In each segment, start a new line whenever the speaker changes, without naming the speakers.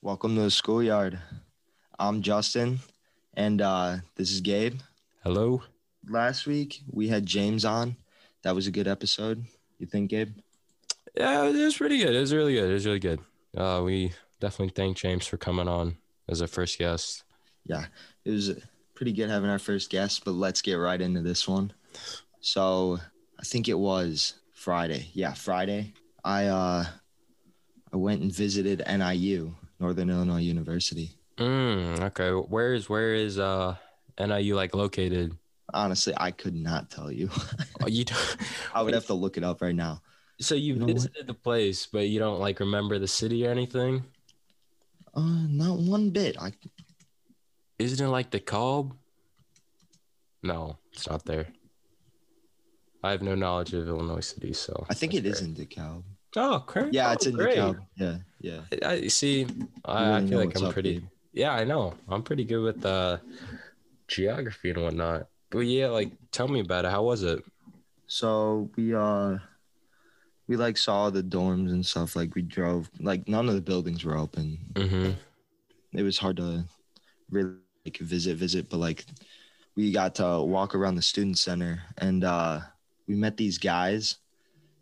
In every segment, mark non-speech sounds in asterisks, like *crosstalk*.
Welcome to the schoolyard. I'm Justin, and uh, this is Gabe.
Hello.
Last week we had James on. That was a good episode. You think, Gabe?
Yeah, it was pretty good. It was really good. It was really good. Uh, we definitely thank James for coming on as our first guest.
It was pretty good having our first guest, but let's get right into this one. So I think it was Friday. Yeah, Friday. I uh, I went and visited NIU, Northern Illinois University.
Mm, okay. Where is where is uh NIU like located?
Honestly, I could not tell you.
*laughs*
*laughs*
Oh, you do
I would have to look it up right now.
so you
You know what?
visited the place, but you don't like remember the city or anything.
Uh, not one bit. I
Isn't it like the Cobb? No, it's not there. I have no knowledge of Illinois city, so
I think
that's
it is
great.
in DeKalb.
Oh, great.
Yeah,
Oh,
it's in
great.
DeKalb. Yeah, yeah. You
I I- see. I, I
really
feel
know
like
what's
I'm
up,
pretty.
dude.
Yeah, I know. I'm pretty good with uh, geography and whatnot. But yeah, like tell me about it. How was it?
So we uh we like saw the dorms and stuff. Like we drove. Like none of the buildings were open.
Mm-hmm.
It was hard to really like visit, visit. But like we got to walk around the student center and uh we met these guys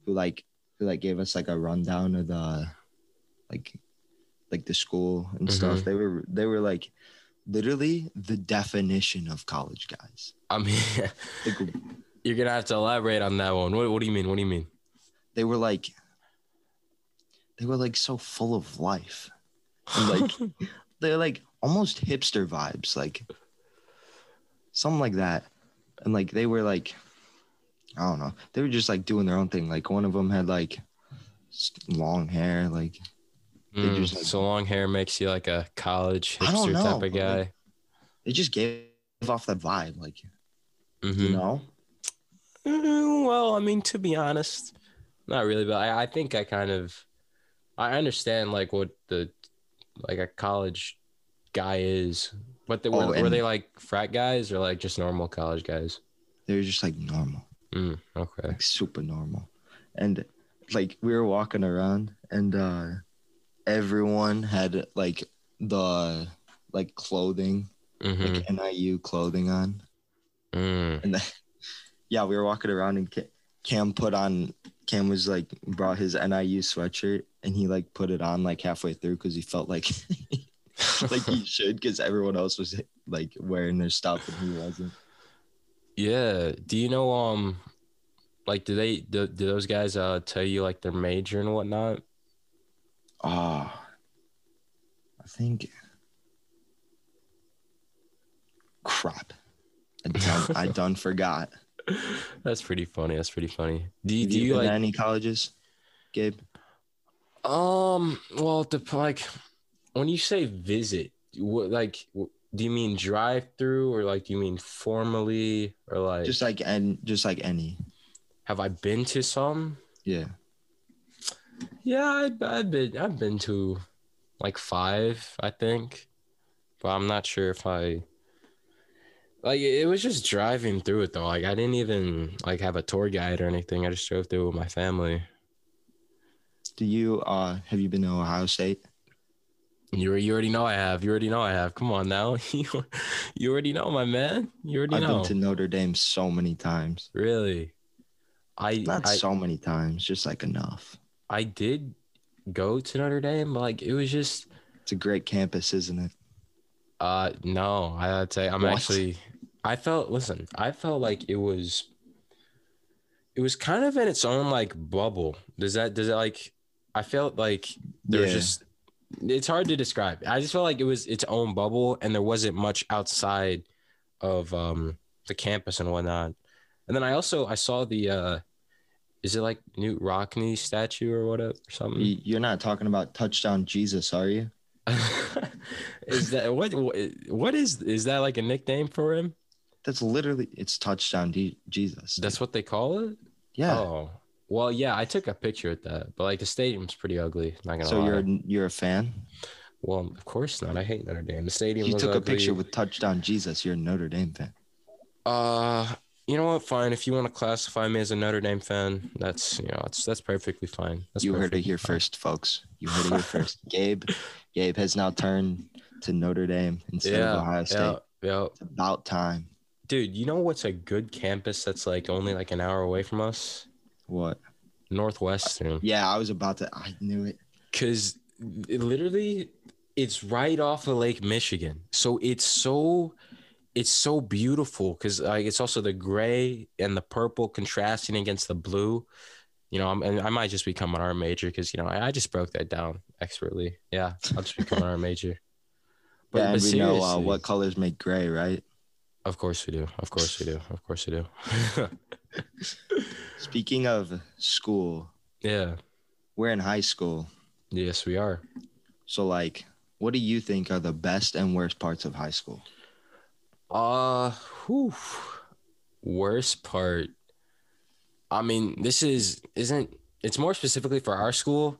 who like who like gave us like a rundown of the like like the school and
Mm-hmm.
stuff. They were they were like literally the definition of college guys.
I mean, *laughs*
Like
you're gonna have to elaborate on that one. What What do you mean? What do you mean?
they were like they were like so full of life and like they're like almost hipster vibes like something like that and like they were like i don't know they were just like doing their own thing like one of them had like s- long hair like they
Mm,
just, like-
so long hair makes you like a college
I don't
hipster
know,
type
but,
of guy.
like, they just gave off that vibe like
mm-hmm.
you know
Mm, Well, I mean, to be honest, not really, but I, I think I kind of I understand like what the like a college guy is. But they, were,
Oh,
were
and-
they like frat guys or like just normal college guys?
they were just like normal
Mm, okay.
like super normal. And like we were walking around and uh everyone had like the like clothing,
hmm
like NIU clothing on.
mm.
And then yeah, we were walking around and Ca- Cam put on Cam was like brought his NIU sweatshirt and he like put it on like halfway through cuz he felt like *laughs* like he should cuz everyone else was like wearing their stuff and he wasn't.
yeah. Do you know um like do they do, do those guys uh tell you like their major and whatnot? *laughs*
Ah, I think. Crap, I
*laughs*
done, I done forgot.
That's pretty funny. That's pretty funny. Do you,
Have
do you
been
like
to any colleges, Gabe?
Um. Well, the like when you say visit, what like w- do you mean drive through or like do you mean formally or like
Just like and just like any,
have I been to some?
yeah.
Yeah, I, I've been I've been to like five, I think, but I'm not sure if I like it was just driving through it though. Like I didn't even like have a tour guide or anything. I just drove through with my family.
Do you uh have you been to Ohio State?
You you already know I have. You already know I have. Come on now. *laughs* you you already know my man. You already
I've
know.
been to Notre Dame so many times.
Really? I
Not
I,
so many times, just like enough.
I did go to Notre Dame, but like it was just
It's a great campus, isn't it?
uh no, I would say I'm
What?
actually I felt listen, I felt like it was it was kind of in its own like bubble. Does that does it like I felt like there was
Yeah.
just it's hard to describe. I just felt like it was its own bubble and there wasn't much outside of um the campus and whatnot. And then I also I saw the uh is it like Newt Rockney statue or what uh, or something?
You- You're not talking about touchdown Jesus, are you?
*laughs* is that what what is is that like a nickname for him?
That's literally it's touchdown D- Jesus.
That's what they call it?
yeah.
Oh. Well, yeah, I took a picture at that, but like the stadium's pretty ugly. Not gonna
so
lie.
you're you're a fan?
Well, of course not. I hate Notre Dame. The stadium.
You
was
took a
ugly.
picture with touchdown Jesus. You're a Notre Dame fan.
Uh, you know what? Fine. If you want to classify me as a Notre Dame fan, that's you know, that's that's perfectly fine. That's
you heard it
perfectly
here
fine. *laughs*
first, folks. You heard it here first. Gabe Gabe has now turned to Notre Dame instead
yeah,
of Ohio State.
yeah, yeah.
It's about time.
Dude, you know what's a good campus that's like only like an hour away from us?
What?
Northwestern.
Yeah, I was about to. I knew it.
Cause it literally it's right off of Lake Michigan. So it's so it's so beautiful because like it's also the gray and the purple contrasting against the blue. You know, I'm, and I might just become an art major because you know I, I just broke that down expertly. Yeah, I'll just become an art
*laughs*
major. But,
yeah,
but
and we know uh,
seriously.
what colors make gray, right?
Of course we do. Of course we do. Of course we do. *laughs*
Speaking of school,
yeah.
we're in high school.
Yes, we are.
So, like, what do you think are the best and worst parts of high school?
Uh, whew. worst part. I mean, this is isn't. It's more specifically for our school.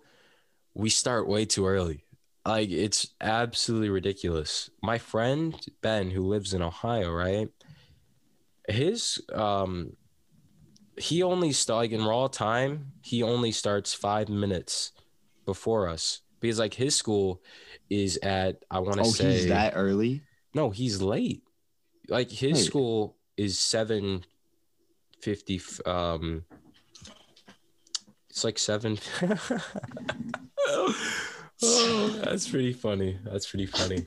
We start way too early. Like it's absolutely ridiculous. My friend Ben, who lives in Ohio, right? His um, he only st- like in raw time. He only starts five minutes before us because like his school is at I want to
Oh,
say
he's that early?
no, he's late. Like his
Wait.
school is seven fifty. f- Um, it's
*sighs*
like seven. *laughs* oh, that's pretty funny. That's
*laughs*
pretty funny.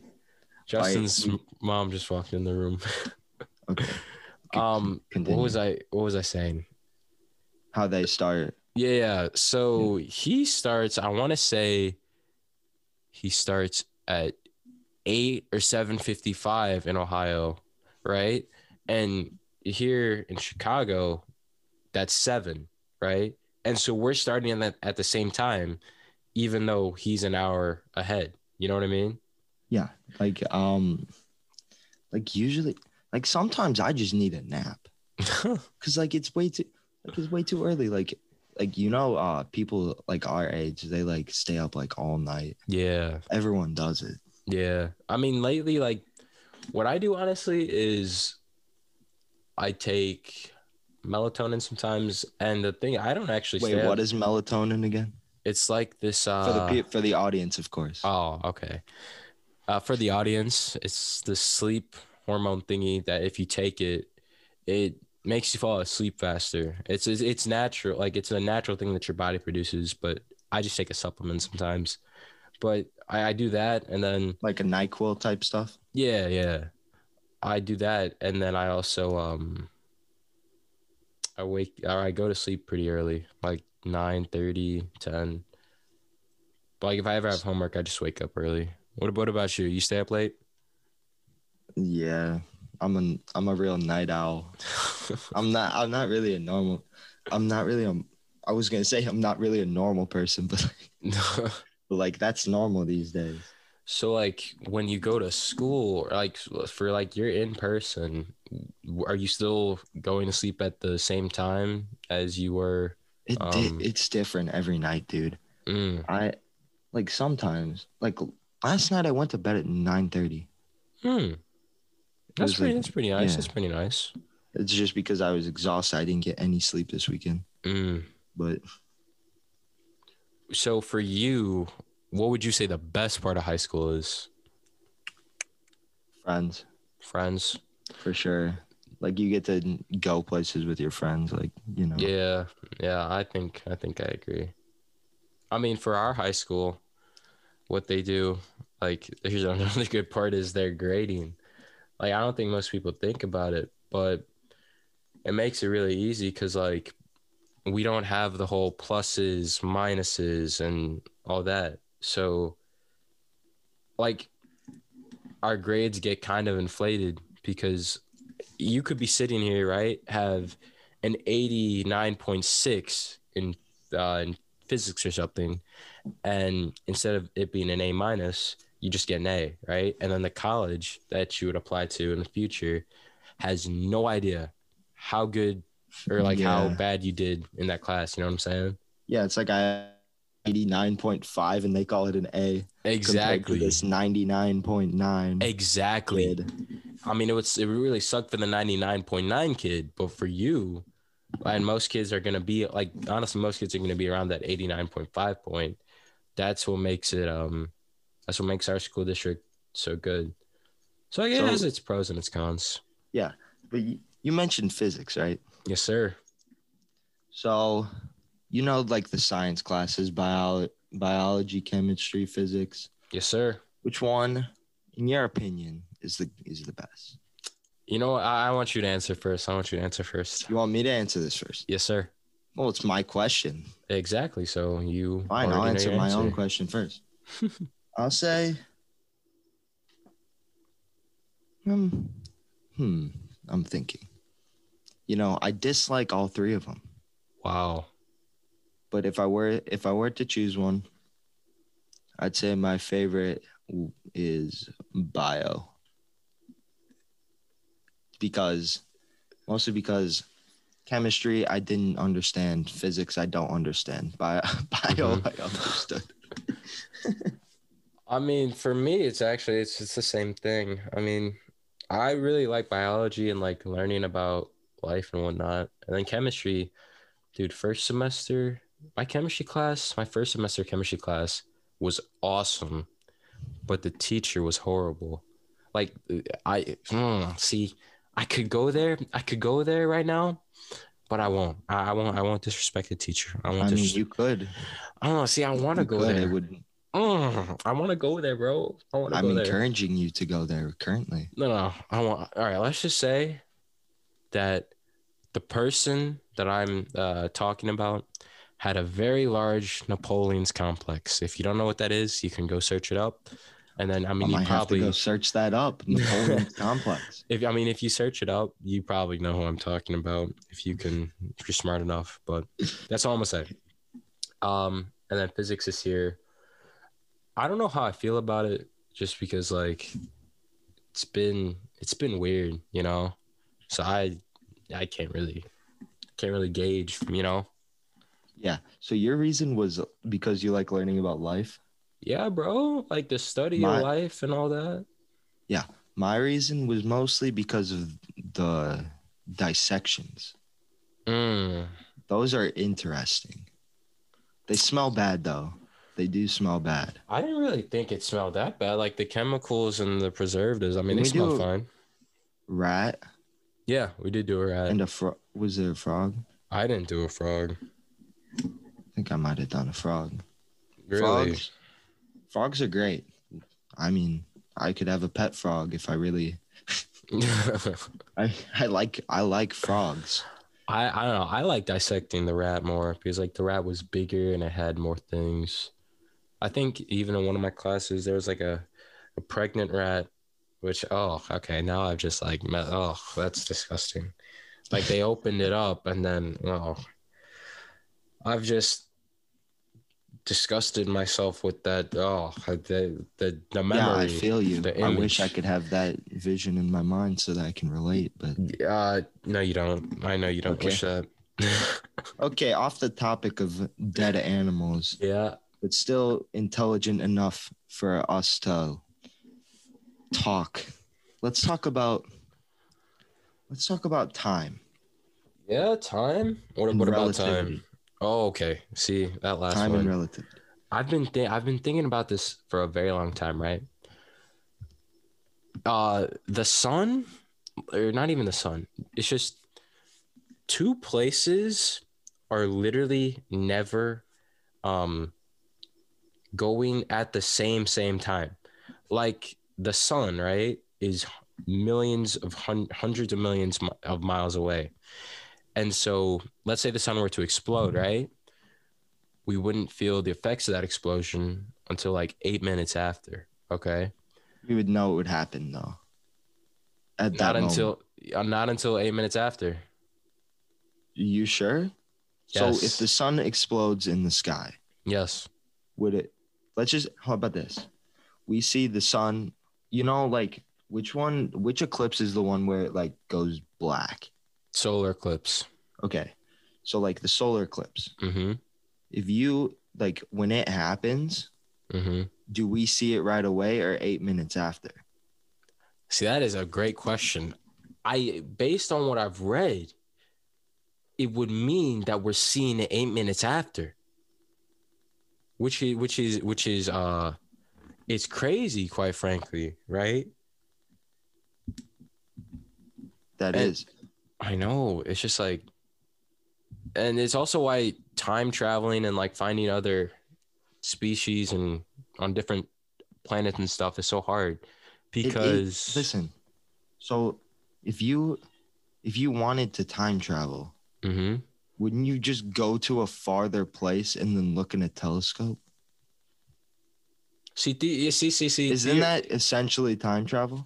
Justin's m- mom just walked in the room. *laughs*
Okay.
Um,
Continue.
what was I? What was I saying?
How they start?
Yeah, yeah. So he starts. I want to say he starts at eight or seven fifty-five in Ohio, right? And here in Chicago, that's seven, right? And so we're starting at the, at the same time, even though he's an hour ahead. You know what I mean?
Yeah. Like, um, like usually, like sometimes I just need a
*laughs*
nap. because like it's way too like it's way too early like like you know uh people like our age they like stay up like all night
yeah.
everyone does it
Yeah. I mean, lately, like, what I do honestly is I take melatonin sometimes. And the thing, I don't actually
wait
stay
what
up.
is melatonin again
It's like this. Uh,
for the the for the audience of course
Oh, okay. Uh, for the audience, it's the sleep hormone thingy that if you take it, it makes you fall asleep faster. It's it's, it's natural, like it's a natural thing that your body produces. But I just take a supplement sometimes. But I, I do that, and then
like a nyquil type stuff
yeah, yeah. I do that and then I also um I wake or I go to sleep pretty early, like 9 30, 10. But like if I ever have homework, I just wake up early. What what about you? You stay
*laughs*
up late? *laughs*
yeah i'm an i'm a real night owl i'm not i'm not really a normal i'm not really a i was gonna say i'm not really a normal person *laughs* but like, but like that's normal these days
so like when you go to school, or like for like you're in person, are you still going to sleep at the same time as you were?
it di-
Um,
it's different every night dude
Mm.
I like sometimes like last night I went to bed at nine thirty.
Hmm. That's
was
pretty,
like-
that's pretty nice.
yeah.
That's pretty nice.
It's just because I was exhausted. I didn't get any sleep this weekend.
Mm.
But
So for you, what would you say the best part of high school is?
friends
Friends.
for sure. Like you get to go places with your friends. Like you know.
Yeah, yeah. I think I think I agree. I mean, for our high school, what they do, like, *laughs* here's another good part is their grading. Like, I don't think most people think about it, but it makes it really easy because like we don't have the whole pluses, minuses, and all that. So, like, our grades get kind of inflated because you could be sitting here, right? Have an 89.6 in uh, in physics or something and instead of it being an a minus you just get an a right and then the college that you would apply to in the future has no idea how good or like how
Yeah.
bad you did in that class you know what i'm saying
Yeah, it's like I eighty nine point five, and they call it an A. compared to
exactly
This ninety nine point nine.
exactly
Kid.
I mean, it would it would really suck for the ninety nine point nine kid, but for you, and most kids are gonna be like honestly, most kids are gonna be around that eighty nine point five point. That's what makes it um That's what makes our school district so good. So yeah,
So-
it has its pros and its cons.
But you, you mentioned physics, right?
Yes, sir.
So, you know, like the science classes, bio, biology, chemistry, physics.
Yes, sir.
Which one, in your opinion, is the is the best?
You know what? I, I want you to answer first. I want you to answer first.
You want me to answer this first?
Yes, sir.
Well, it's my question.
Exactly. So you
Fine, I'll
already know
answer
your
my own question first. I'll say, um, hmm, I'm thinking. You know, I dislike all three of them,
Wow.
but if I were if I were to choose one, I'd say my favorite w- is bio. Because mostly because chemistry I didn't understand, physics I don't understand, bio *laughs* bio
Mhm.
I understood.
I mean, for me, it's actually it's it's the same thing. I mean, I really like biology and like learning about life and whatnot. And then chemistry, dude. First semester, my chemistry class, my first semester chemistry class was awesome, but the teacher was horrible. Like uh, I mm, see, I could go there. I could go there right now, but I won't. I, I won't. I won't disrespect the teacher. I won't.
I mean,
Dis-
you could.
I don't know. See, I want to
You
go
could.
there.
It would.
Mm, I want to go there, bro. I want to
I'm
go there.
encouraging you to go there currently.
No, no. I want. All right. Let's just say that the person that I'm uh, talking about had a very large Napoleon's complex. If you don't know what that is, you can go search it up. And then I
I,
mean,
might
you probably
have to go search that
*laughs*
up. Napoleon Complex.
if I mean if you search it up, you probably know who I'm talking about if you can if you're smart enough. But that's all I'm gonna say. Um, and then physics is here. I don't know how I feel about it, just because like it's been it's been weird, you know. So I I can't really can't really gauge, you know.
Yeah. So your reason was because you like learning about life.
Yeah, bro, like the study
My-
of life and all that.
My reason was mostly because of the dissections.
Mm,
Those are interesting. They smell bad though. They do smell bad.
I didn't really think it smelled that bad. Like the chemicals and the preservatives. I mean,
Can
they
we
smell
do-
fine.
Rat
Yeah, we did do a rat.
and a frog. Was there a frog?
I didn't do a frog.
I think I might have done a frog.
Really?
Frogs, frogs are great. I mean, I could have a pet frog if I really. I, I like I like frogs.
*laughs* I, I don't know. I like dissecting the rat more because like the rat was bigger and it had more things. I think even in one of my classes there was like a, a pregnant rat, which oh okay now I've just like met, oh that's disgusting. Like they opened it up and then oh I've just disgusted myself with that oh the the the memory.
yeah, I feel you.
the
I wish I
image.
could have that vision in my mind so that I can relate. But
Uh, no, you don't. I know you don't
Okay.
wish that.
okay, off the topic of dead animals,
yeah,
but still intelligent enough for us to talk. Let's talk about let's talk about time.
yeah. Time. What,
and
what about
relativity.
time? Oh, okay. See that last
Time and
one.
relative.
I've been thi- I've been thinking about this for a very long time, right? Uh, the sun, or not even the sun. It's just two places are literally never, um, going at the same same time. Like the sun, right, is millions of hun- hundreds of millions mi- of miles away, and so let's say the sun were to explode, right? we wouldn't feel the effects of that explosion until like eight minutes after. Okay,
We would know it would happen though. At that
not
moment.
until uh, not until eight minutes after.
you sure? So if
Yes.
the sun explodes in the sky,
Yes.
would it let's just how about this we see the sun you know like which one which eclipse is the one where it like goes black
Solar eclipse.
okay so like the solar eclipse
Mm-hmm.
if you like when it happens
Mm-hmm.
do we see it right away or eight minutes after
See, that is a great question. I based on what I've read, it would mean that we're seeing it eight minutes after. Which is which is which is uh it's crazy, quite frankly, right?
That
And-
is
I know. It's just like, and it's also why time traveling and like finding other species and on different planets and stuff is so hard
It is-
because
listen. So if you if you wanted to time travel,
Mhm.
wouldn't you just go to a farther place and then look in a telescope?
see, the, yeah, see, see, see,
Isn't
the-
that essentially time travel?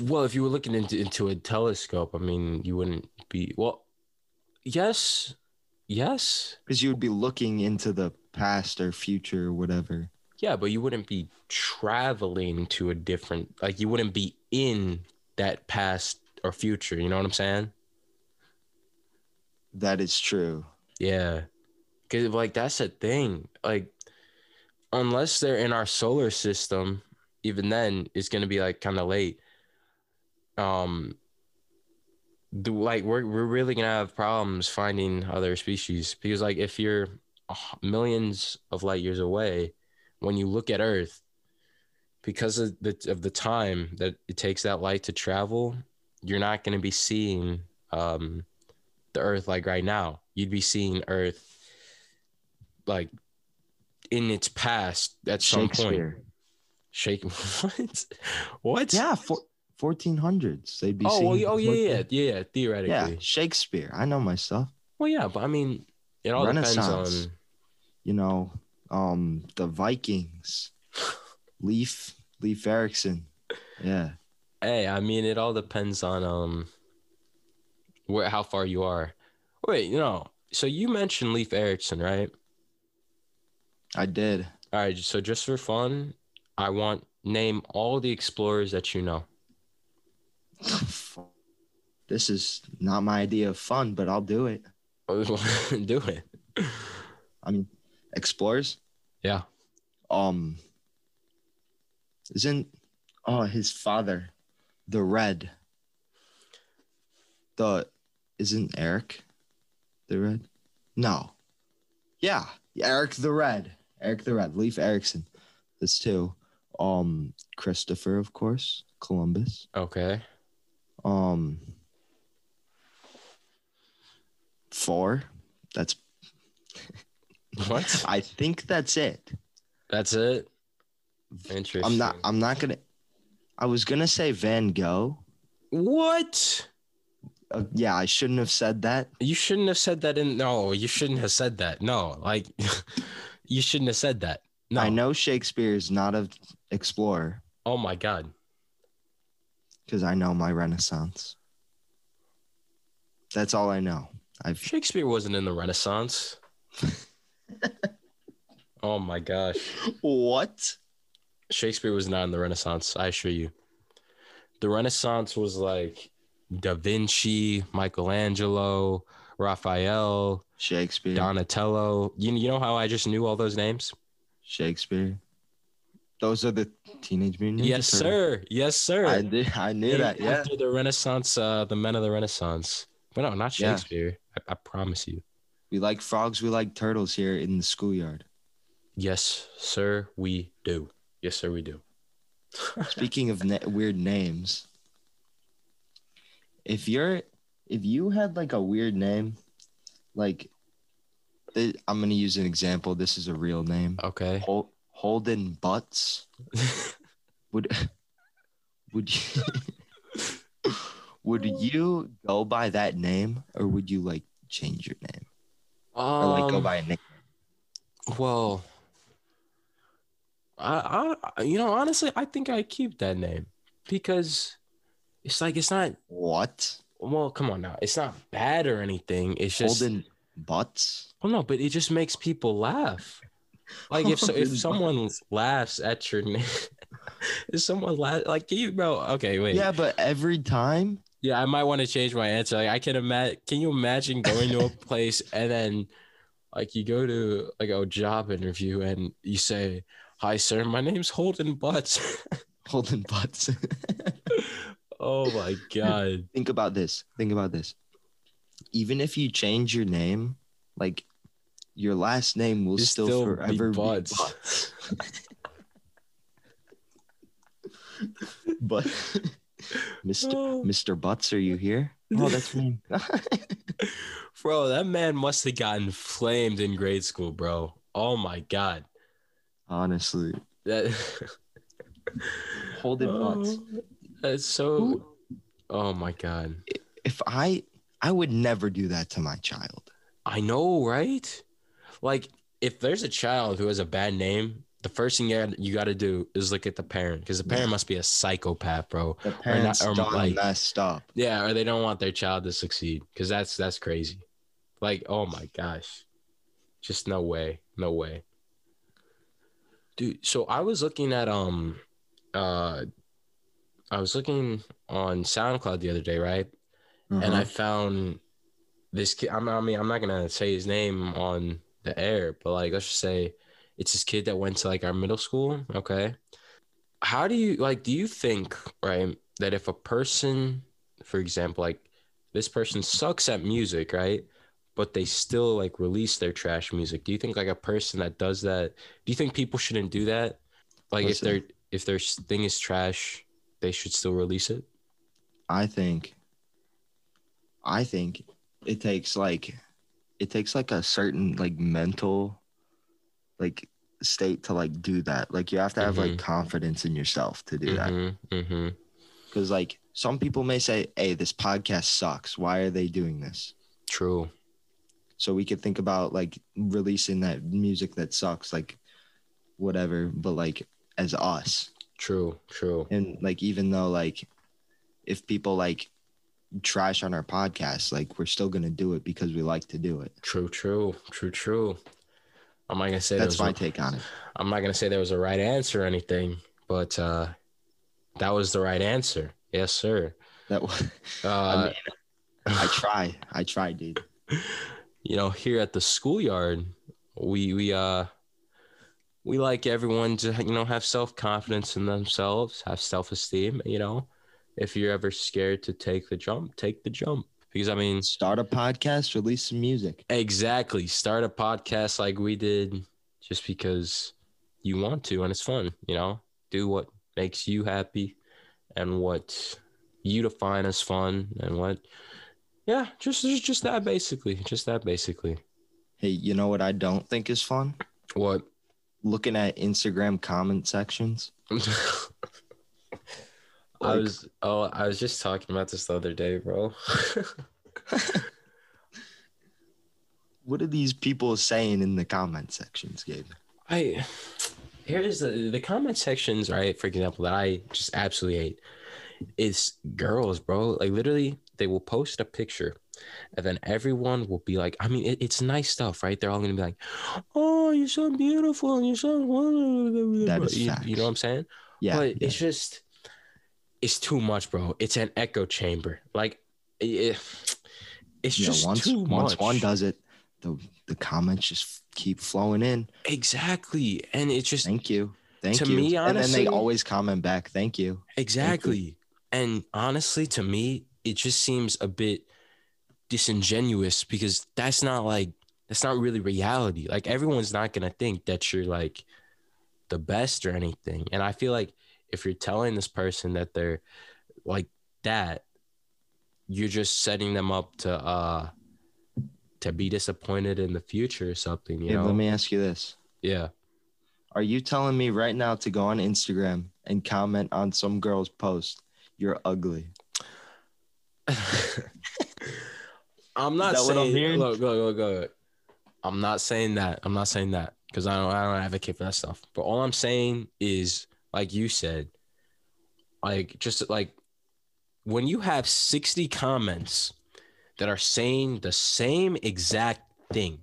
well, if you were looking into, into a telescope, I mean, you wouldn't be well, yes, yes,
Because you would be looking into the past or future or whatever.
yeah, but you wouldn't be traveling to a different like, you wouldn't be in that past or future, you know what I'm saying?
That is true.
Yeah. Cause like that's the thing. Like unless they're in our solar system, even then it's gonna be like kinda late. Um the like we're we're really gonna have problems finding other species because like if you're a h- millions of light years away, when you look at Earth, because of the of the time that it takes that light to travel, you're not gonna be seeing um the earth like right now you'd be seeing earth like in its past at some point
Shakespeare.
shaking *laughs* what what
Yeah, for, 1400s. They'd be
oh
seeing
well, yeah, oh yeah, yeah
fourteen-
yeah yeah theoretically
Yeah, Shakespeare. I know my stuff.
well yeah but i mean it all depends
Renaissance.
on
You know, um the Vikings. Leaf Leaf Erickson. Yeah.
hey i mean it all depends on um where how far you are wait you know so you mentioned leif erikson right
I did. *laughs*
all right so just for fun i want name all the explorers that you know *laughs*
This is not my idea of fun, but I'll do it.
do it
I mean, explorers.
Yeah.
Um. Isn't oh his father, the red. The, isn't Eric, the red? No. Yeah, Eric the red. Eric the red. Leaf Erickson. That's two. Um, Christopher, of course. Columbus. *laughs*
okay
Um. Four. That's
What?
I think that's it.
That's it. Interesting.
I'm not. I'm not gonna. I was gonna say Van Gogh.
What?
Uh, yeah, I shouldn't have said that.
You shouldn't have said that. In no, you shouldn't have said that. No, like *laughs* you shouldn't have said that. No.
I know Shakespeare is not an explorer
Oh my god.
because I know my Renaissance. That's all I know.
*laughs*
I've
Shakespeare wasn't in
*laughs*
the Renaissance. oh my gosh.
what?
Shakespeare was not in the Renaissance. I assure you. The Renaissance was like Da Vinci, Michelangelo, Raphael,
Shakespeare.
Donatello. You, you know how I just knew all those names?
Shakespeare. Those are the teenage mutant. Ninja
Yes,
Turtles.
sir. Yes, sir.
I did. I knew
Named
that. Yeah.
After the Renaissance, uh, the men of the Renaissance. But no, not
Yeah.
Shakespeare. I, I promise you.
We like frogs. We like turtles here in the schoolyard.
Yes, sir, we do. Yes, sir, we do.
Speaking of na- weird names, if you're if you had like a weird name, like th- I'm gonna use an example. This is a real name.
Okay.
Hol- Holden
*laughs*
Butts would would you, *laughs*
Oh.
would you go by that name or would you like change your name or like go
Um,
by a name?
well, I, I, you know, honestly, I think I keep that name because it's like it's not.
What
Well, come on now, it's not bad or anything. It's just
Holden Butts?
Well, no, but it just makes people laugh. Like if so,
Holy *laughs*
if someone laughs at your name, *laughs* if someone laugh like can you, bro. Okay, wait.
Yeah, but every time *laughs*
yeah. I might want to change my answer. Like I can imagine. Can you imagine
*laughs*
going to a place and then, like, you go to like a job interview and you say, "Hi, sir. My name's Holden Butts." *laughs*
Holden Butts.
oh my god.
think about this. Think about this. Even if you change your name, like your last name will
It's
still,
still be
forever be
Butts.
Butts. but *laughs*
*laughs*
Mr.
*laughs* Oh,
Mr. Butts, are you here? Oh, that's me.
bro, that man must have gotten flamed in grade school, bro. Oh my god.
Honestly,
That
holding butts.
Oh, *laughs* That's so
Who-
Oh my god.
If I, I would never do that to my child.
I know, right? Like, if there's a child who has a bad name, the first thing you gotta, you gotta do is look at the parent because the parent must be a psychopath, bro.
The parents
or
done
like-
messed up.
Yeah, or they don't want their child to succeed because that's that's crazy. Like, oh my gosh, just no way, no way, dude. So I was looking at um, uh, I was looking on SoundCloud the other day, right? and I found this kid. I'm, I mean, I'm not gonna say his name on the air, but like, let's just say it's this kid that went to like our middle school. Okay, how do you like? Do you think right that if a person, for example, like this person sucks at music, right? But they still like release their trash music. Do you think like a person that does that? Do you think people shouldn't do that? Like
Listen.
if their if their thing is trash, they should still release it.
I think I think it takes like it takes like a certain like mental like state to like do that. Like you have to have like confidence in yourself to do that.
Mm-hmm, mm-hmm.
Cause like some people may say, Hey, this podcast sucks. Why are they doing this?
True.
So we could think about like releasing that music that sucks, like whatever, but like as us.
True, true.
and like even though like if people like trash on our podcast like we're still gonna do it because we like to do it
True, true, true, true. I'm not gonna say
that's
there
my
was
take on it
a, I'm not gonna say there was a right answer or anything, but uh that was the right answer. Yes, sir.
that was
*laughs* Uh
I i try i try dude
you know, here at the schoolyard, we we uh we like everyone to you know have self confidence in themselves, have self esteem. You know, if you're ever scared to take the jump, take the jump. Because I mean,
start a podcast release some music
Exactly. Start a podcast like we did just because you want to and it's fun, you know? Do what makes you happy and what you define as fun and what yeah, just just, just that basically. Just that basically.
hey you know what i don't think is fun
What *laughs*
looking at instagram comment sections
I
Like-
was oh I was just talking about this the other day, bro. *laughs*
what are these people saying in the comment sections gabe
I here's the the comment sections, right? For example, that I just absolutely hate is girls, bro. Like literally, they will post a picture, and then everyone will be like, I mean, it, it's nice stuff, right? They're all gonna be like, "Oh, you're so beautiful, and you're so
That is
you, you
facts.
know what I'm saying?
yeah,
but
yeah.
it's just it's too much, bro. It's an echo chamber. Like it, it- it's
Yeah,
just
once
too much.
once one does it the the comments just keep flowing in
exactly, and it's just
Thank you. Thank
To
you.
me,
and then
honestly-
they always comment back, thank you.
Exactly. And honestly, to me, it just seems a bit disingenuous because that's not like, that's not really reality. Like, everyone's not going to think that you're like the best or anything. And I feel like if you're telling this person that they're like that, you're just setting them up to, uh, to be disappointed in the future or something, you
Hey,
know?
let me ask you this.
yeah.
Are you telling me right now to go on Instagram and comment on some girl's post? You're ugly.
I'm not
that what
saying.
I'm hearing?
Look, look, look, look. I'm not saying that. I'm not saying that because I don't. I don't advocate for that stuff. But all I'm saying is, like you said, like just like when you have 60 comments that are saying the same exact thing,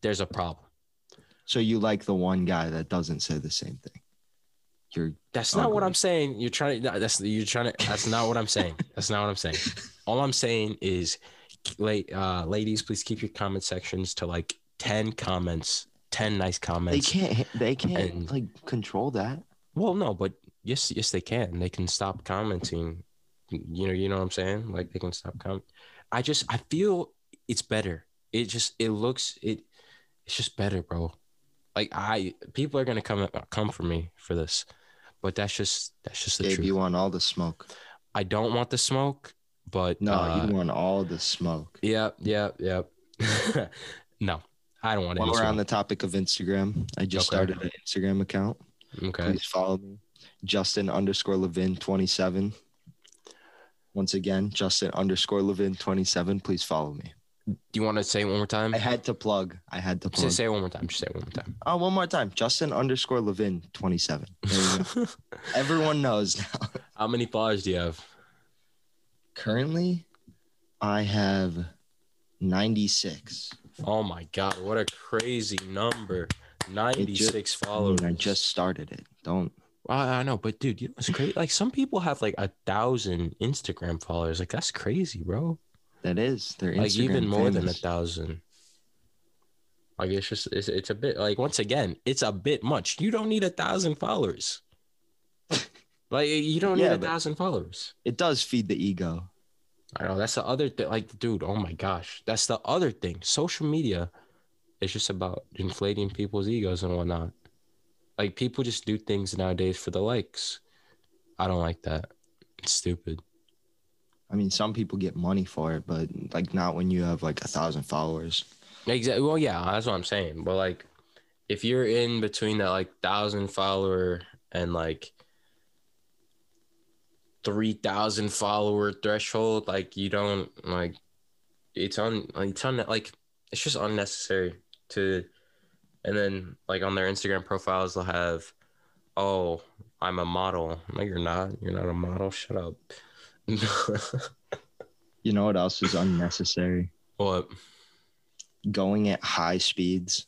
there's a problem.
So you like the one guy that doesn't say the same thing. You're
That's not what
Ugly.
I'm saying. You're trying to. That's you're trying to. That's not what I'm saying. That's not what I'm
*laughs*
saying. All I'm saying is, late uh, ladies, please keep your comment sections to like ten comments, ten nice
they
comments.
can't they can't
and-
like control that.
Well, no, but yes, yes, they can. They can stop commenting. You know, you know what I'm saying. Like they can stop comment. I just, I feel it's better. It just, it looks, it, it's just better, bro. Like I, people are gonna come come for me for this, But that's just that's just the
Gabe,
truth.
you want all the smoke.
I don't want the smoke, but
No,
uh,
you want all the smoke.
Yep, yep, yep. *laughs* no, I don't want
While
any
we're on
smoke.
the topic of Instagram, I just
Okay.
started an Instagram account.
okay.
Please follow me. Justin underscore Levin 27. Once again, Justin underscore Levin 27. Please follow me.
Do you want to say it one more time?
I had to plug. I had to plug.
Just say it one more time. Just say it one more time.
Oh, one more time. Justin underscore Levin 27. There
*laughs*
you go. Everyone knows now.
How many followers do you have?
Currently, I have 96.
Oh my god, what a crazy number.
I
96
mean,
followers.
I just started it. Don't.
I, I know, but dude, you know what's crazy? Like some people have like a thousand Instagram followers. Like that's crazy, bro.
That is. They're Instagram
like even more than a
famous.
thousand. Like it's just it's, it's a bit like once again, it's a bit much. You don't need a thousand
*laughs*
followers. like you don't
Yeah,
need a
but-
thousand followers.
It does feed the ego.
I know that's the other thing. Like, dude, oh my gosh, that's the other thing. Social media is just about inflating people's egos and whatnot. Like, people just do things nowadays for the likes. I don't like that. It's stupid.
I mean, some people get money for it, but like not when you have like a thousand followers.
Exactly. Well, yeah, that's what I'm saying. But like, if you're in between that like thousand follower and like three thousand follower threshold, like you don't like it's on it's on like it's just unnecessary to. And then like on their Instagram profiles, they'll have, "Oh, I'm a model." No, you're not. You're not a model. Shut up. *laughs*
You know what else is unnecessary?
what?
Going at high speeds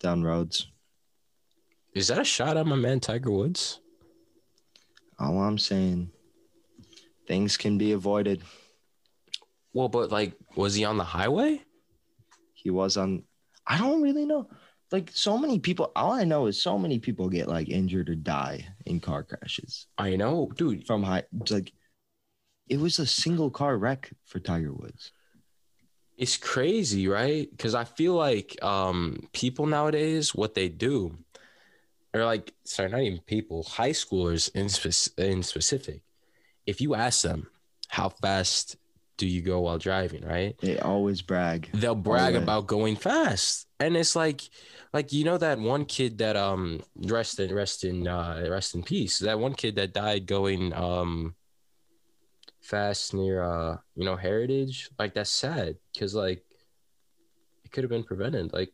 down roads.
Is that a shot at my man Tiger Woods?
All I'm saying, things can be avoided.
Well, but like, was he on the highway?
He was on. I don't really know. Like so many people, all I know is so many people get like injured or die in car crashes
I know, dude.
from high. Like it was a single car wreck for Tiger Woods.
It's crazy, right? Because I feel like um, people nowadays, what they do, or like, sorry, not even people, high schoolers in, spec- in specific. If you ask them, how fast do you go while driving, right?
They always brag.
They'll brag
Always.
about going fast, and it's like, like you know that one kid that um rest in rest in uh, rest in peace. That one kid that died going um fast near uh you know heritage like that's sad because like it could have been prevented like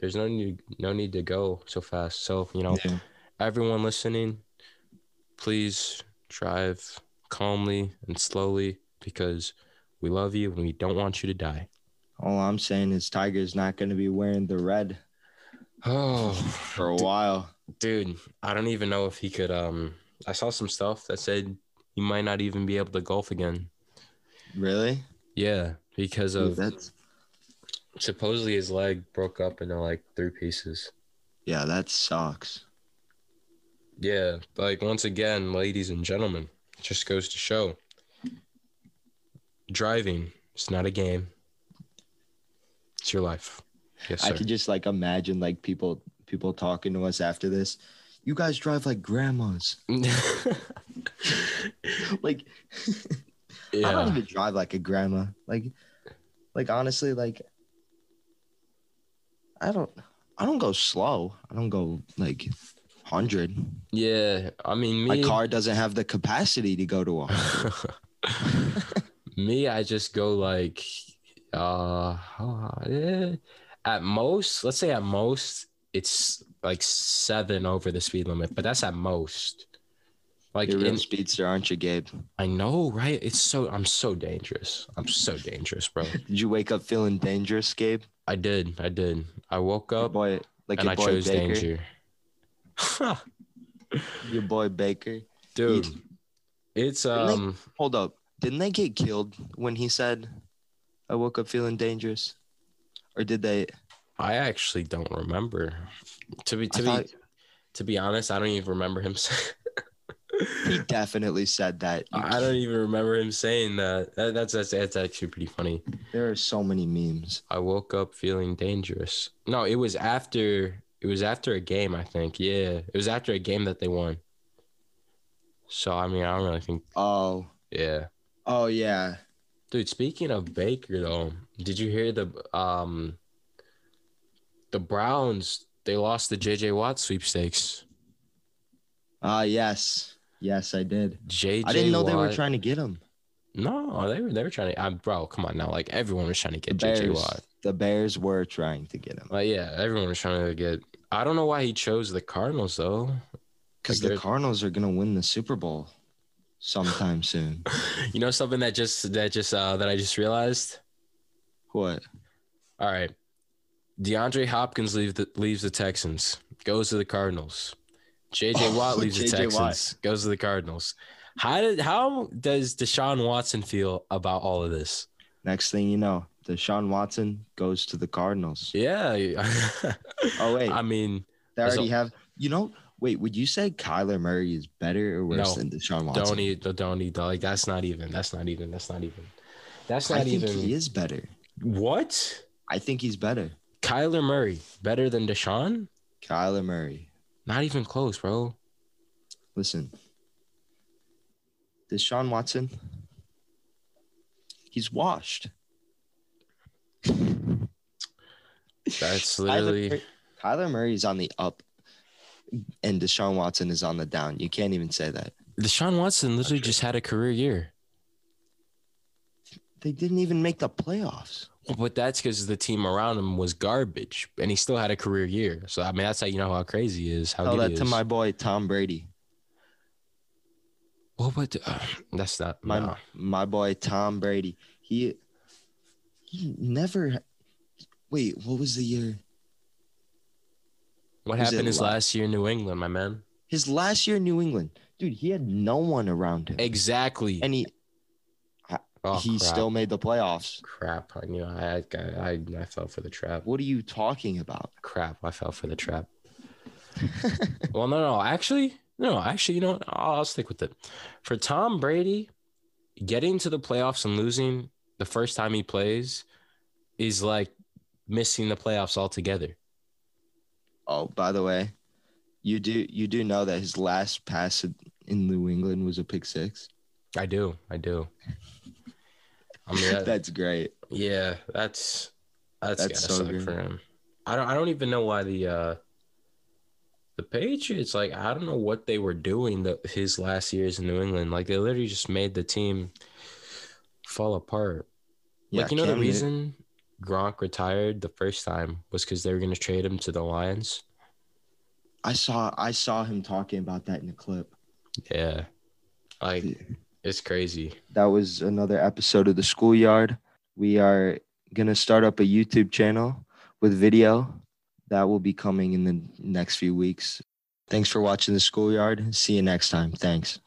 there's no need no need to go so fast so you know
Yeah.
everyone listening please drive calmly and slowly because we love you and we don't want you to die
All I'm saying is Tiger's not going to be wearing the red
oh
for a while.
dude i don't even know if he could um i saw some stuff that said he might not even be able to golf again
Really?
yeah because
Dude,
of
that's
supposedly his leg broke up into like three pieces.
yeah, that sucks.
Yeah, like once again, ladies and gentlemen, it just goes to show driving it's not a game. It's your life. Yes,
I
sir. *laughs*
could just like imagine like people people talking to us after this. You guys drive like grandmas. *laughs* Like I don't *laughs*
yeah.
even drive like a grandma. Like like honestly, like I don't I don't go slow. I don't go like hundred.
Yeah. I mean,
My
me.
car doesn't have the capacity to go to a hundred.
*laughs* me, I just go like, uh, how- eh, at most, let's say at most, it's like seven over the speed limit, but that's at most. *laughs* Like,
You're a real
in,
speedster, aren't you, Gabe?
I know, right? It's so, I'm so dangerous. I'm so dangerous, bro.
Did you wake up feeling dangerous, Gabe?
I did. I did. I woke
Your
up
boy like
and
your
I
boy
chose
Baker.
danger.
Your boy Baker.
*laughs* Dude, it's, um,
Hold up. Didn't they get killed when he said, I woke up feeling dangerous? Or did they?
I actually don't remember. To be,
I
to be,
thought
to be honest, I don't even remember him *laughs* saying.
he definitely said that.
I I don't
*laughs*
even remember him saying that. That- That's that's that's actually pretty funny.
There are so many memes.
I woke up feeling dangerous. No, it was after It was after a game, I think. Yeah, it was after a game that they won. So I mean, I don't really think.
Oh,
Yeah,
oh yeah.
dude. Speaking of Baker, though, did you hear the um the Browns? They lost the J.J. Watt sweepstakes.
Ah, yes, yes, I did.
J.J.
I didn't know they were
Watt-
trying to get him.
No, they were they were trying to. Uh, bro, come on now. Like everyone was trying to
The
get J.J.
Bears,
Watt.
the Bears were trying to get him
Like yeah, everyone was trying to get. I don't know why he chose the Cardinals though.
because
Like,
the
they're-
Cardinals are gonna win the Super Bowl
*laughs*
sometime soon.
You know something that just that just uh that I just realized.
What?
All right. DeAndre Hopkins leave the, leaves the Texans, goes to the Cardinals. JJ
Oh,
Watt leaves the
J.J.
Texans,
Watt.
goes to the Cardinals. How did how does Deshaun Watson feel about all of this?
Next thing you know, Deshaun Watson goes to the Cardinals.
Yeah. *laughs*
Oh wait,
I mean,
they
so-
already have. You know, wait. Would you say Kyler Murray is better or worse
No,
than Deshaun Watson?
don't eat don't eat like that's not even. That's not even. That's not even. That's
I
not
think
even.
he is better.
What?
I think he's better.
Kyler Murray better than Deshaun?
Kyler Murray.
Not even close, bro.
Listen, Deshaun Watson, he's washed.
That's
*laughs* Kyler
literally
Murray- Kyler Murray is on the up, and Deshaun Watson is on the down. You can't even say that.
Deshaun Watson literally
true.
just had a career year.
They didn't even make the playoffs.
Well, But that's because the team around him was garbage, and he still had a career year. So I mean, that's how you know how crazy he is. How
Tell
good
that
he
to
is.
my boy Tom Brady.
Well, but uh, that's not
My
no.
my boy Tom Brady. He he never. Wait, what was the year?
What
Who's
happened
it
is
like?
last year in New England, my man.
His last year in New England, dude. He had no one around him,
Exactly.
and he
oh,
he
crap.
still made the playoffs.
crap. I knew I, I I I fell for the trap.
What are you talking about?
Crap. I fell for the trap. *laughs* well, no, no. Actually, no. Actually, you know what? I'll, I'll stick with it. For Tom Brady, getting to the playoffs and losing the first time he plays is like missing the playoffs altogether.
Oh, by the way, you do you do know that his last pass in New England was a pick six?
I do. I do. I mean,
*laughs*
that-
That's great.
yeah, that's
That's
that's, that's
so
gotta suck
good.
for him. I don't. I don't even know why the uh the Patriots like I don't know what they were doing the, his last years in New England. Like they literally just made the team fall apart. like you know
Cam
the
Newton-
reason Gronk retired the first time was because they were gonna trade him to the Lions.
I saw I saw him talking about that in the clip.
Yeah, like it's crazy.
That was another episode of the Schoolyard. We are gonna start up a YouTube channel with video that will be coming in the next few weeks. Thanks for watching the Schoolyard. See you next time. Thanks.